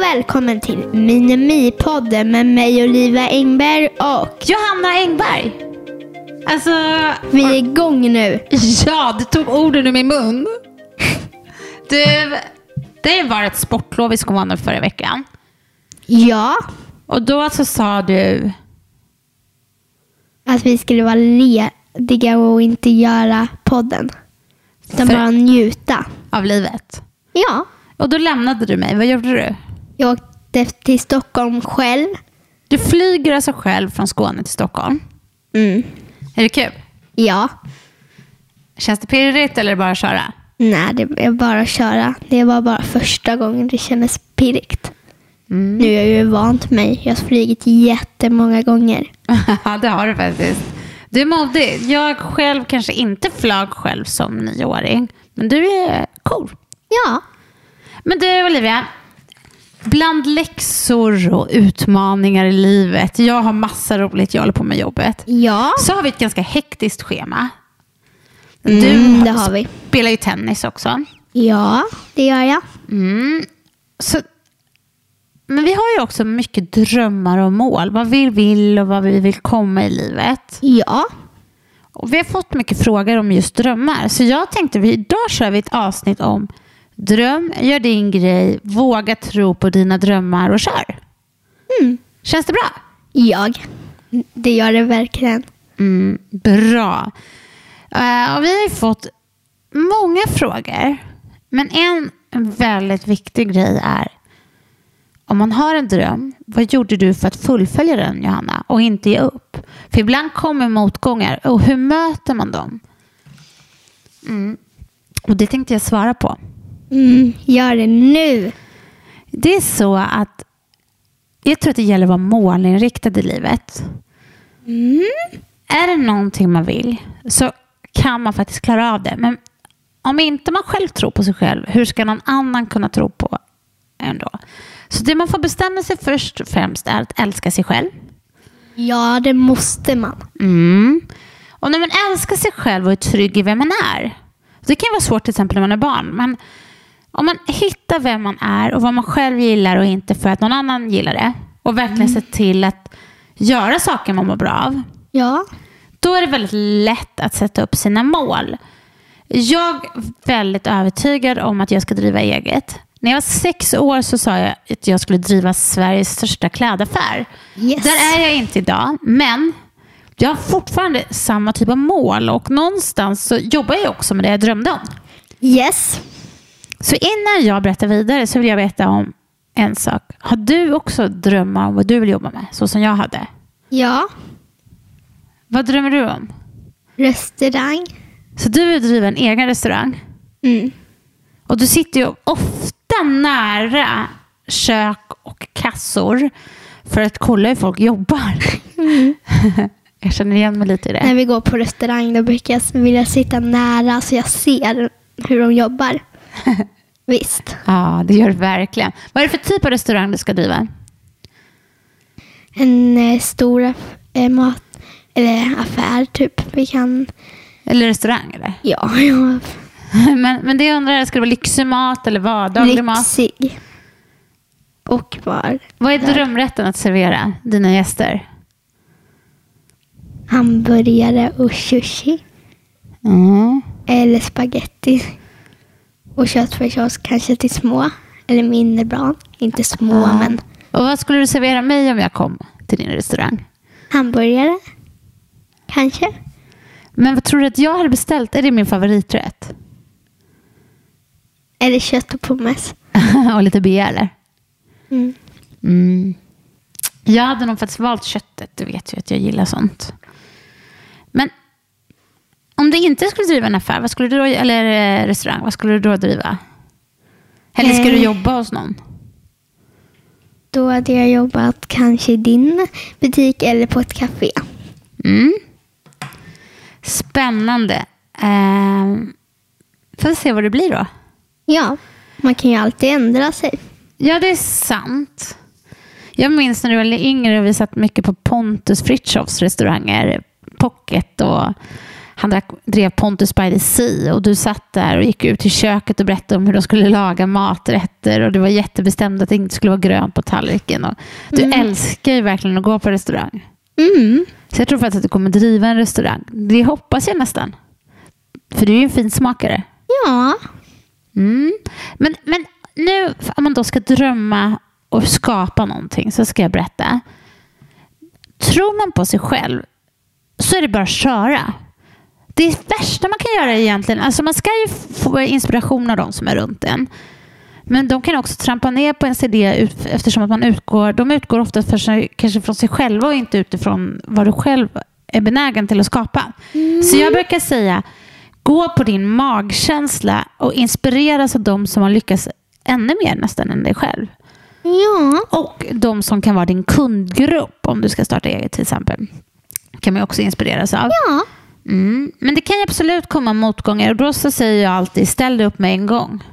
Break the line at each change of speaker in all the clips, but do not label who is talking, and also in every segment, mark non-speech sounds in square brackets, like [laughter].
välkommen till Minimipodden med mig Oliva Engberg och
Johanna Engberg! Alltså,
vi är igång nu.
ja, du tog orden ur min mun. [laughs] Du, det var ett sportlov i Skåne förra veckan.
Ja,
Och då så sa du,
att vi skulle vara lediga och inte göra podden. Utan
För-
bara njuta.
av livet.
Ja,
Och då lämnade du mig. Vad gjorde du?
jag åkte till Stockholm själv.
Du flyger alltså själv från Skåne till Stockholm. Mm. Är det kul?
Ja,
Känns det pirrigt eller bara att köra? [laughs]
nej det är bara att köra. Det var bara första gången det kändes pirrigt.
Mm.
Nu är jag ju vant mig. Jag har flugit jättemånga gånger.
Ja, det har du faktiskt. Du är modig. Jag själv kanske inte flög själv som nioåring, men du är cool.
Ja,
Men du Olivia, bland läxor och utmaningar i livet, jag har massa roligt jag håller på med jobbet,
ja.
så har vi ett ganska hektiskt schema.
Mm,
du alltså-
det har vi.
spelar ju tennis också.
Ja, det gör jag.
Mm. Så, men vi har ju också mycket drömmar och mål. Vad vi vill och vad vi vill komma i livet.
Ja.
Och vi har fått mycket frågor om just drömmar. Så jag tänkte vi idag kör vi ett avsnitt om dröm, gör din grej, våga tro på dina drömmar och kör. Känns det bra?
Jag. Det gör det verkligen.
Mm, bra. Eh, och vi har ju fått många frågor. Men en väldigt viktig grej är om man har en dröm, vad gjorde du för att fullfölja den Johanna och inte ge upp? För ibland kommer motgångar och hur möter man dem? Mm. Och det tänkte jag svara på.
Mm, gör det nu.
Det är så att jag tror att det gäller att vara målinriktad i livet.
Mm.
Är det någonting man vill så kan man faktiskt klara av det. Men om inte man själv tror på sig själv, hur ska någon annan kunna tro på en då? Så det man får bestämma sig först och främst är att älska sig själv.
Ja, det måste man.
Mm. Och när man älskar sig själv och är trygg i vem man är. Det kan ju vara svårt till exempel när man är barn. Men om man hittar vem man är och vad man själv gillar och inte för att någon annan gillar det. Och verkligen ser till att göra saker man mår bra av.
Ja.
Då är det väldigt lätt att sätta upp sina mål. Jag är väldigt övertygad om att jag ska driva eget. När jag var sex år så sa jag att jag skulle driva Sveriges största klädaffär.
Yes.
Där är jag inte idag, men jag har fortfarande samma typ av mål och någonstans så jobbar jag också med det jag drömde om.
Yes.
Så innan jag berättar vidare så vill jag veta om en sak. Har du också drömmar om vad du vill jobba med, så som jag hade?
Ja.
Vad drömmer du om?
Restaurang.
Så du vill driva en egen restaurang?
Mm.
Och du sitter ju ofta nära kök och kassor för att kolla hur folk jobbar. [laughs] jag känner igen mig lite i
När
det.
vi går på restaurang då brukar jag vilja sitta nära så jag ser hur de
[laughs]
jobbar. Visst.
Ja, det gör du verkligen. Vad är det för typ av restaurang du ska driva?
En eh, stor eh, mat eller affär typ. Vi kan...
Eller restaurang? Eller? [laughs]
Ja, [laughs] ja.
Men, men det jag undrar, ska det vara lyxig mat eller vardaglig mat?
Lyxig. Och var
Vad är drömrätten att servera dina gäster?
hamburgare och sushi.
Mm.
Eller spaghetti. Och köttfärssås kanske till små. Eller mindre barn. Inte små, men
Och vad skulle du servera mig om jag kom till din restaurang?
hamburgare. Kanske.
Men vad tror du att jag hade beställt? Är det min favoriträtt? [laughs]
Eller kött och pommes.
och lite B eller?
Mm.
Mm. Jag hade nog faktiskt valt köttet. Du vet ju att jag gillar sånt. Men om du inte skulle driva en affär vad skulle du då, eller eh, restaurang, vad skulle du då driva? Eller ska du
Eh.
jobba hos någon?
Då hade jag jobbat kanske i din butik eller på ett café.
Mm. Spännande. Ehm, får vi se vad det blir då.
Ja, man kan ju alltid ändra sig.
Ja, det är sant. Jag minns när du var yngre och vi satt mycket på Pontus Fritjofs restauranger, Pocket och han drack, drev Pontus by the Sea och du satt där och gick ut till köket och berättade om hur de skulle laga maträtter och du var jättebestämd att det inte skulle vara grönt på tallriken. Och du älskar ju verkligen att gå på restaurang.
Mm.
Så jag tror faktiskt att du kommer driva en restaurang. Det hoppas jag nästan. För du är ju en fin smakare.
Ja.
Mm. Men, men nu, om man då ska drömma och skapa någonting, så ska jag berätta. Tror man på sig själv så är det bara att köra. Det är det värsta man kan göra egentligen. Alltså man ska ju få inspiration av de som är runt en. Men de kan också trampa ner på ens idé ut- eftersom att man utgår, de utgår ofta för sig, kanske från sig själva och inte utifrån vad du själv är benägen till att skapa. Så jag brukar säga, gå på din magkänsla och inspireras av de som har lyckats ännu mer nästan än dig själv.
Ja.
Och de som kan vara din kundgrupp om du ska starta eget till exempel. kan man ju också inspireras av.
Ja.
Mm. Men det kan ju absolut komma motgångar och då så säger jag alltid ställ dig upp med en gång.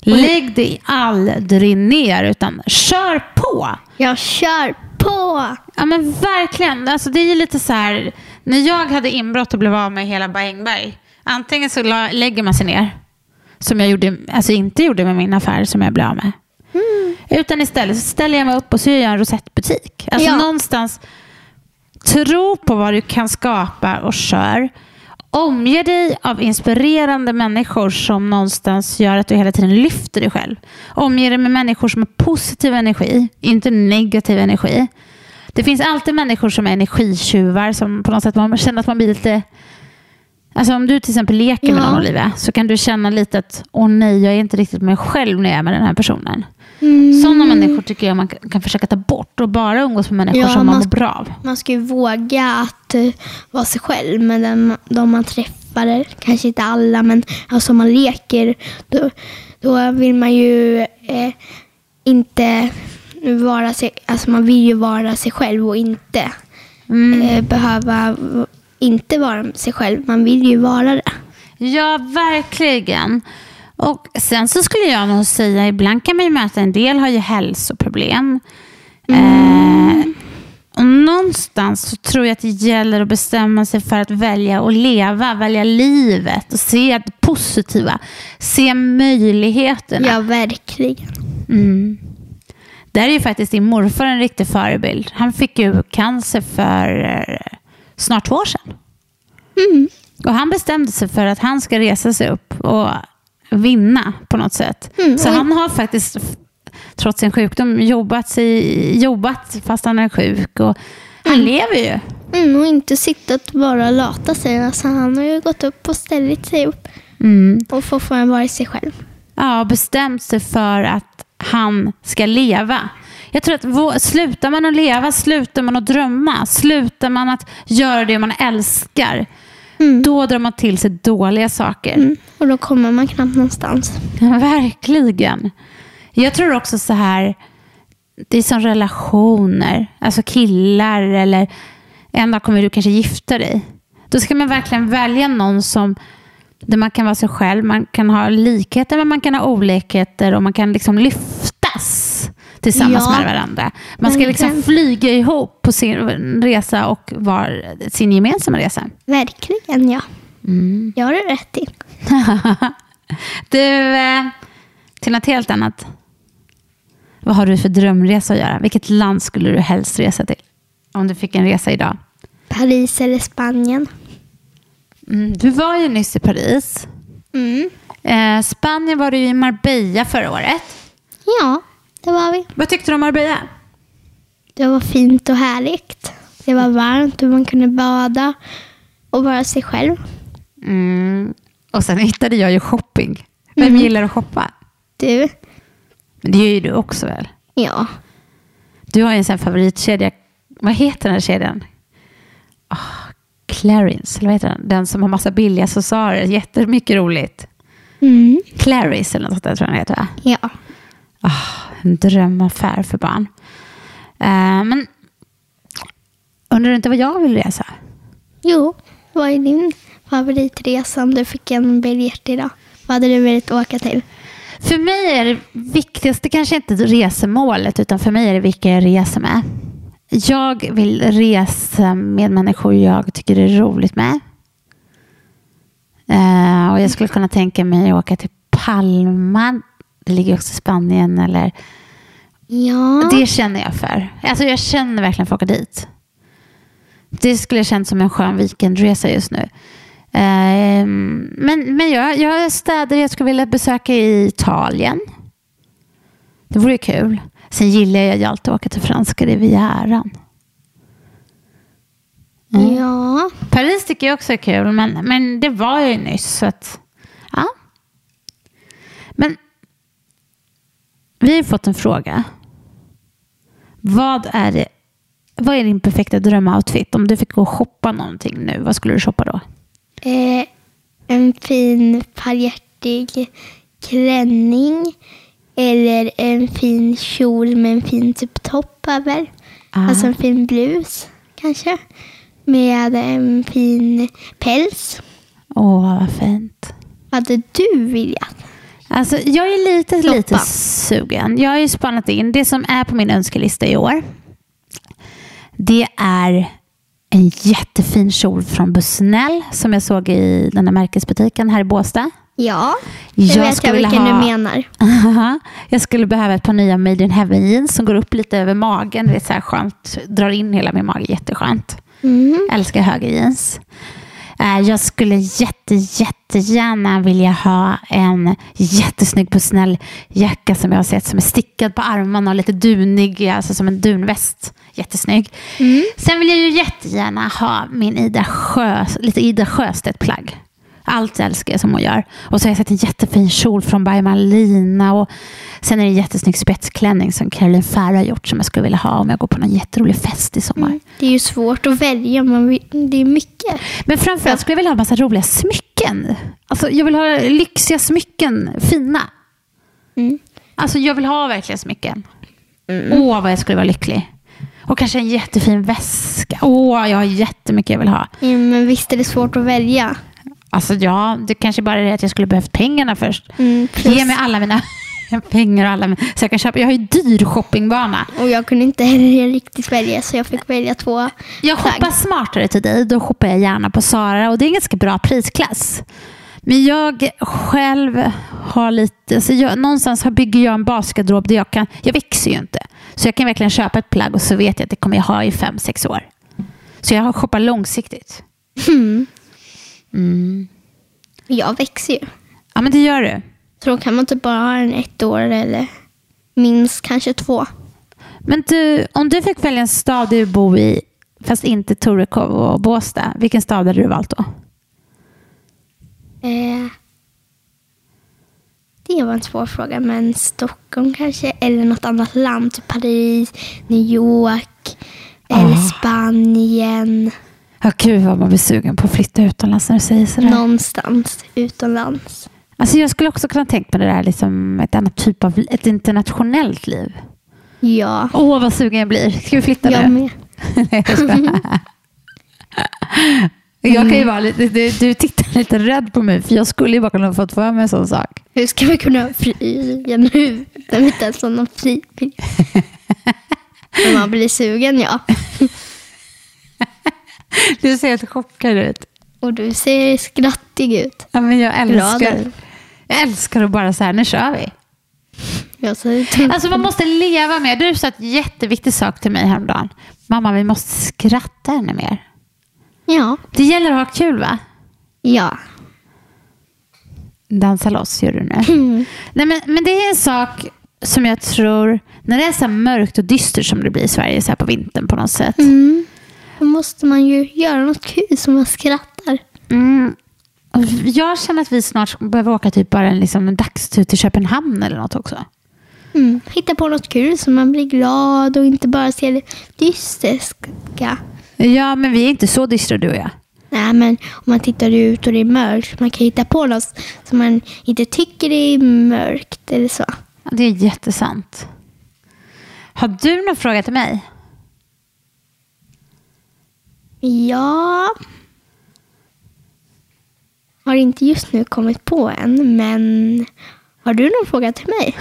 Lägg dig aldrig ner utan kör på.
Jag kör på.
Ja men verkligen. Alltså, det är ju lite så här, när jag hade inbrott och blev av med hela Bängberg. Antingen så la, lägger man sig ner, som jag gjorde, alltså inte gjorde med min affär som jag blev av med. Utan istället så ställer jag mig upp och så gör jag en rosettbutik. Alltså
Ja.
någonstans, tro på vad du kan skapa och kör. Omge dig av inspirerande människor som någonstans gör att du hela tiden lyfter dig själv. Omge dig med människor som har positiv energi, inte negativ energi. Det finns alltid människor som är energitjuvar som på något sätt man känner att man blir lite... Alltså om du till exempel leker med
Ja.
någon Olivia så kan du känna lite att åh nej, jag är inte riktigt mig själv när jag är med den här personen.
Mm.
Sådana människor tycker jag man kan kan försöka ta bort och bara umgås med människor
Ja,
som man
man
mår
ska-
bra av.
Man ska ju våga att eh, vara sig själv med den, de man träffar. Kanske inte alla, men alltså om man leker då, då vill man ju eh, inte vara sig, alltså man vill ju vara sig själv och inte eh, behöva v- inte vara sig själv. Man vill ju vara det.
Ja, verkligen. Och sen så skulle jag nog säga, ibland kan man ju möta en del har ju hälsoproblem. Eh, och någonstans så tror jag att det gäller att bestämma sig för att välja att leva, välja livet och se det positiva, se möjligheterna.
Ja, verkligen.
Mm. Där är ju faktiskt din morfar en riktig förebild. Han fick ju cancer för eh, snart två år sedan.
Mm.
Och han bestämde sig för att han ska resa sig upp och vinna på något sätt.
Mm,
Så
och-
han har faktiskt, f- trots sin sjukdom, jobbat, sig, jobbat fast han är sjuk. Och han lever ju.
Mm, och inte sitta och bara lata sig. Alltså, han har ju gått upp och ställt sig upp och fortfarande varit sig själv.
Ja, och bestämt sig för att han ska leva. Jag tror att vå- slutar man att leva, slutar man att drömma, slutar man att göra det man älskar, då drar man till sig dåliga saker.
Mm. Och då kommer man knappt någonstans.
[laughs] Verkligen. Jag tror också så här, det är som relationer, alltså killar eller en dag kommer du kanske gifta dig. Då ska man verkligen välja någon som där man kan vara sig själv, man kan ha likheter men man kan ha olikheter och man kan liksom lyftas tillsammans
Ja.
med varandra. Man ska liksom
Verkligen.
flyga ihop på sin resa och var, sin gemensamma resa.
Verkligen ja. Jag har du rätt i.
Du, eh, till något helt annat. Vad har du för drömresa att göra? Vilket land skulle du helst resa till? Om du fick en resa idag.
Paris eller Spanien.
Mm, du var ju nyss i Paris.
Mm.
Eh, Spanien var du ju i Marbella förra året.
Ja, det var vi.
Vad tyckte du om Marbella?
Det var fint och härligt. Det var varmt och man kunde bada och vara sig själv.
Mm. Och sen hittade jag ju shopping. Vem
Mm.
gillar att shoppa?
Du?
Men det gör ju du också väl?
Ja.
Du har ju en sån här favoritkedja. Vad heter den här kedjan? Ah, Clarins, eller vad heter den? Den som har massa billiga accessoarer. Jättemycket roligt.
Mm.
Clarys eller något sånt där tror jag den heter. va?
Ja.
En drömaffär för barn. Eh, men undrar du inte vad jag vill resa?
Jo, vad är din favoritresa om du fick en biljett idag? Vad hade du velat åka till?
För mig är det viktigaste kanske inte resemålet utan för mig är det vilka jag reser med. Jag vill resa med människor jag tycker är roligt med. Eh, och jag skulle kunna tänka mig att åka till Palma. Det ligger också i Spanien. Eller,
Ja.
Det känner jag för. Alltså jag känner verkligen för att åka dit. Det skulle kännas som en skön weekendresa just nu. Eh, men men jag, jag har städer jag skulle vilja besöka i Italien. Det vore kul. Sen gillar jag ju alltid att åka till franska rivieran. Mm.
Ja.
Paris tycker jag också är kul, men, men det var jag ju nyss. Så att, ja. Men vi har fått en fråga. Vad är, det, vad är din perfekta drömoutfit? Om du fick gå och shoppa någonting nu, vad skulle du shoppa då?
Eh, en fin paljärtig klänning. Eller en fin kjol med en fin typ topp över.
Ah.
Alltså en fin blus kanske. Med en fin päls.
Åh, vad fint.
Vad hade du velat?
Alltså, jag är lite, lite
Shoppa.
sugen. Jag har ju spannat in. Det som är på min önskelista i år, det är en jättefin kjol från Busnell som jag såg i den här märkesbutiken här i Båstad.
Ja, det
Jag
vet jag
skulle
vilken
ha-
du menar.
Aha. [laughs] Jag skulle behöva ett par nya Made in Heaven jeans som går upp lite över magen. Det är så här skönt. Drar in hela min mage. Jätteskönt.
Mm.
Älskar höga jeans. Eh, Jag skulle jätte, jättegärna vilja ha en jättesnygg personell jacka som jag har sett som är stickad på armarna och lite dunig, alltså som en dunväst. Jättesnygg. Sen vill jag ju jättegärna ha min Ida Sjö, lite Ida Sjöstedt-plagg. Allt älskar jag som hon gör. Och så har jag sett en jättefin kjol från By Malina. Och sen är det en jättesnygg spetsklänning som Caroline Färre har gjort som jag skulle vilja ha om jag går på någon jätterolig fest i sommar.
Det är ju svårt att välja, men vi- det är mycket.
Men framförallt skulle jag vilja ha massa roliga smycken. Alltså, jag vill ha lyxiga smycken, fina.
Mm.
Alltså, jag vill ha verkligen smycken. Åh, vad jag skulle vara lycklig. Och kanske en jättefin väska. Åh, jag har jättemycket jag vill ha.
Mm, men visst är det svårt att välja.
Alltså, ja, det kanske bara är det att jag skulle behövt pengarna först.
Mm,
Ge mig alla mina [laughs] pengar och alla mina... Så jag kan köpa. Jag har ju dyr shoppingbana.
Och jag kunde inte heller riktigt välja så jag fick välja två.
Jag
Tack.
shoppar smartare till dig. Då shoppar jag gärna på Sara och det är en ganska bra prisklass. Men jag själv har lite... Alltså jag, någonstans har- bygger jag en basgarderob där jag kan... Jag växer ju inte. Så jag kan verkligen köpa ett plagg och så vet jag att det kommer jag ha i fem, sex år. Så jag shoppar långsiktigt. Mm.
Hmm. Jag växer ju.
Ja, men det gör du.
Så då kan man typ bara ha en ett år eller minst kanske två.
Men du, om du fick välja en stad du bor i, fast inte Torekov och Båstad, vilken stad hade du valt då?
Eh, det var en svår fråga, men Stockholm kanske eller något annat land. Typ Paris, New York eller Spanien.
Ja, gud vad man blir sugen på att flytta utomlands när du säger sådär.
Någonstans utomlands.
Alltså jag skulle också kunna tänka mig det där liksom ett annat typ av ett internationellt liv.
Ja,
Åh, vad sugen jag blir. Ska vi flytta
jag
nu?
med.
[laughs] Nej, jag skojar. jag kan ju vara lite, du, du tittar lite rädd på mig för jag skulle ju bara kunna fått för mig en sån sak.
Hur ska vi kunna ha fria nu? När vi inte ens har någon fribiljett. Men man blir sugen, ja.
Du ser helt chockad ut.
Och du ser skrattig ut.
Ja, men jag älskar,
Glad.
jag älskar att bara så här, nu kör vi.
Jag säger till.
Alltså man måste leva med. Du sa ett jätteviktig sak till mig häromdagen. Mamma, vi måste skratta ännu mer.
Ja.
Det gäller att ha kul va?
Ja.
dansa loss gör du nu.
Mm.
Nej, men, men det är en sak som jag tror, när det är så här mörkt och dystert som det blir i Sverige så här på vintern på något sätt.
Mm. Då måste man ju göra något kul som man skrattar.
Mm. Och Jag känner att vi snart behöver åka typ bara en, liksom, en dagstur till Köpenhamn eller något också.
Mm. Hitta på något kul så man blir glad och inte bara ser det dysterska.
Ja, men vi är inte så dystra du och jag.
Nej, men om man tittar ut och det är mörkt, man kan hitta på något som man inte tycker är mörkt eller så.
Ja, Det är jättesant. Har du någon fråga till mig?
Ja. Har inte just nu kommit på en, men har du någon fråga till mig?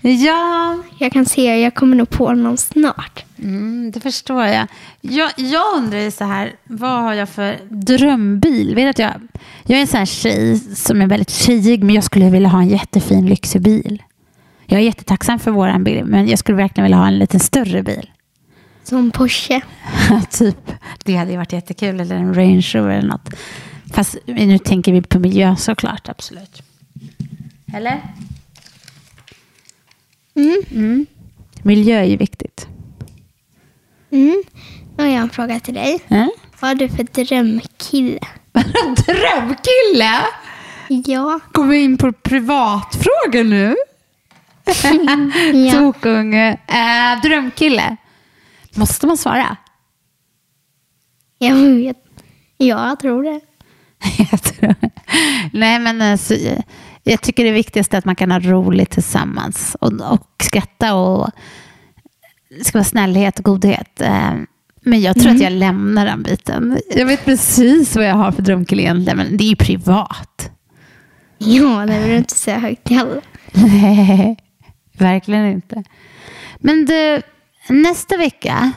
Ja,
Jag kan se, jag kommer nog på någon snart.
Mm, det förstår jag. jag. Jag undrar ju så här, vad har jag för drömbil? Vet att jag, jag är en sån här tjej som är väldigt tjejig, men jag skulle vilja ha en jättefin lyxig bil. Jag är jättetacksam för våran bil, men jag skulle verkligen vilja ha en lite större bil. [laughs]
Som Porsche.
typ, det hade ju varit jättekul, eller en Range Rover eller något. Fast nu tänker vi på miljö såklart, absolut. Eller?
Mm.
Mm. Miljö är ju viktigt.
Mm. Nu har jag en fråga till dig.
Mm.
Vad har du för drömkille?
[laughs] Drömkille!
Ja.
Kommer in på privatfrågor nu.
ja.
Tokunge. Mm, Eh, drömkille. Måste man svara?
Jag vet. Ja, jag tror det.
[laughs] Jag tror- Nej, men alltså, jag tycker det viktigaste är att man kan ha roligt tillsammans och, och skratta och det ska vara snällhet och godhet. Eh, Men jag tror att jag lämnar den biten. Mm. Jag vet precis vad jag har för drömkille egentligen, men det är ju privat.
Ja, det vill du inte säga högt till alla.
Nej, [laughs] verkligen inte. Men du, nästa vecka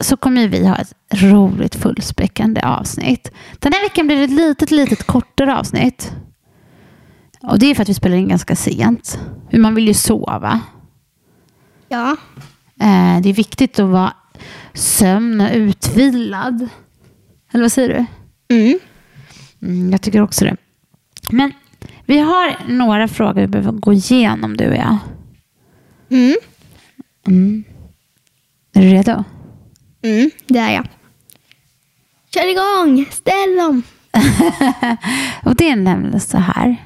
så kommer ju vi ha ett roligt fullspäckande avsnitt. Den här veckan blir det ett litet, litet kortare avsnitt. Och det är för att vi spelar in ganska sent. Men Man vill ju sova.
Ja.
Eh, Det är viktigt att vara sömn och utvilad. Eller vad säger du?
Mm.
Mm, jag tycker också det. Men vi har några frågor vi behöver gå igenom, du och jag.
Mm.
Mm. Är du redo?
Mm. Det är jag. Kör igång! Ställ dem!
Och det är nämligen så här.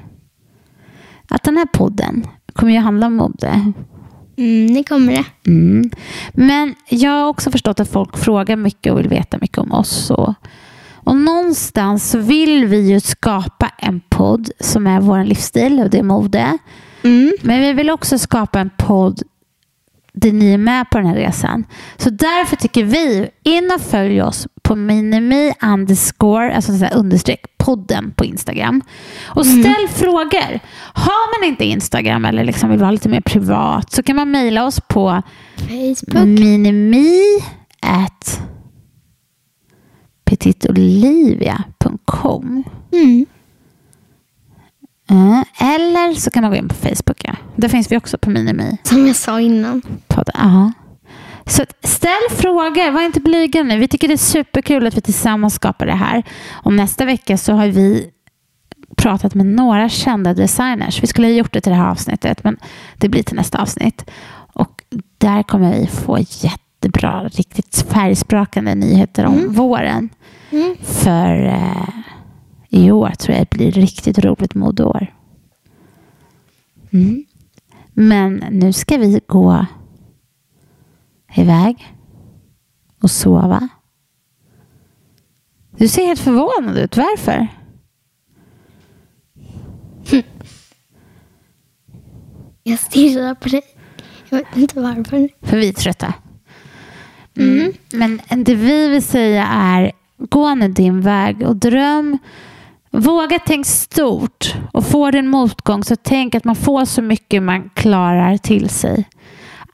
Att den här podden kommer ju handla om mode.
Mm, det kommer det.
Mm. Men jag har också förstått att folk frågar mycket och vill veta mycket om oss. Och, och någonstans så vill vi ju skapa en podd som är vår livsstil och det är mode.
Mm.
Men vi vill också skapa en podd där ni är med på den här resan. Så därför tycker vi, in och följ oss på minimi underscore, alltså så här understreck, podden på Instagram. Och ställ frågor. Har man inte Instagram eller liksom vill vara lite mer privat så kan man mejla oss på
Facebook.
Mm. minimi at petitolivia.com.
Mm.
Mm. Eller så kan man gå in på Facebook. Ja. Där finns vi också på minimi.
Som jag sa innan.
podden. Ja. Så att ställ frågor, var inte blyga nu. Vi tycker det är superkul att vi tillsammans skapar det här. Och nästa vecka så har vi pratat med några kända designers. Vi skulle ha gjort det till det här avsnittet, men det blir till nästa avsnitt. Och där kommer vi få jättebra, riktigt färgsprakande nyheter om våren.
Mm.
För eh, i år tror jag det blir riktigt roligt modeår. Mm. Men nu ska vi gå iväg och sova. Du ser helt förvånad ut. Varför?
Jag stirrar på dig. Jag vet inte varför.
För vi är trötta. Mm. Men det vi vill säga är, gå nu din väg och dröm. Våga tänk stort och får du en motgång så tänk att man får så mycket man klarar till sig.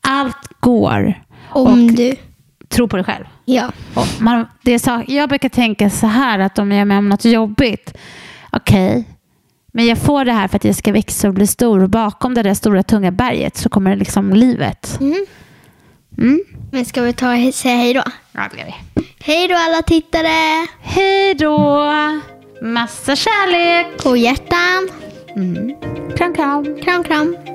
Allt går.
Om
Och-
du...
Tro på dig själv.
Ja.
Och man, det är så, jag brukar tänka så här att om jag är med om något jobbigt, okej, men jag får det här för att jag ska växa och bli stor. Och bakom det där stora tunga berget så kommer liksom livet.
Mm.
Mm.
Men ska vi ta och säga hej då?
Ja, det gör vi.
Hej då alla tittare!
Hej då! Massa kärlek!
På hjärtan.
Mm. Kram, kram!
Kram, kram.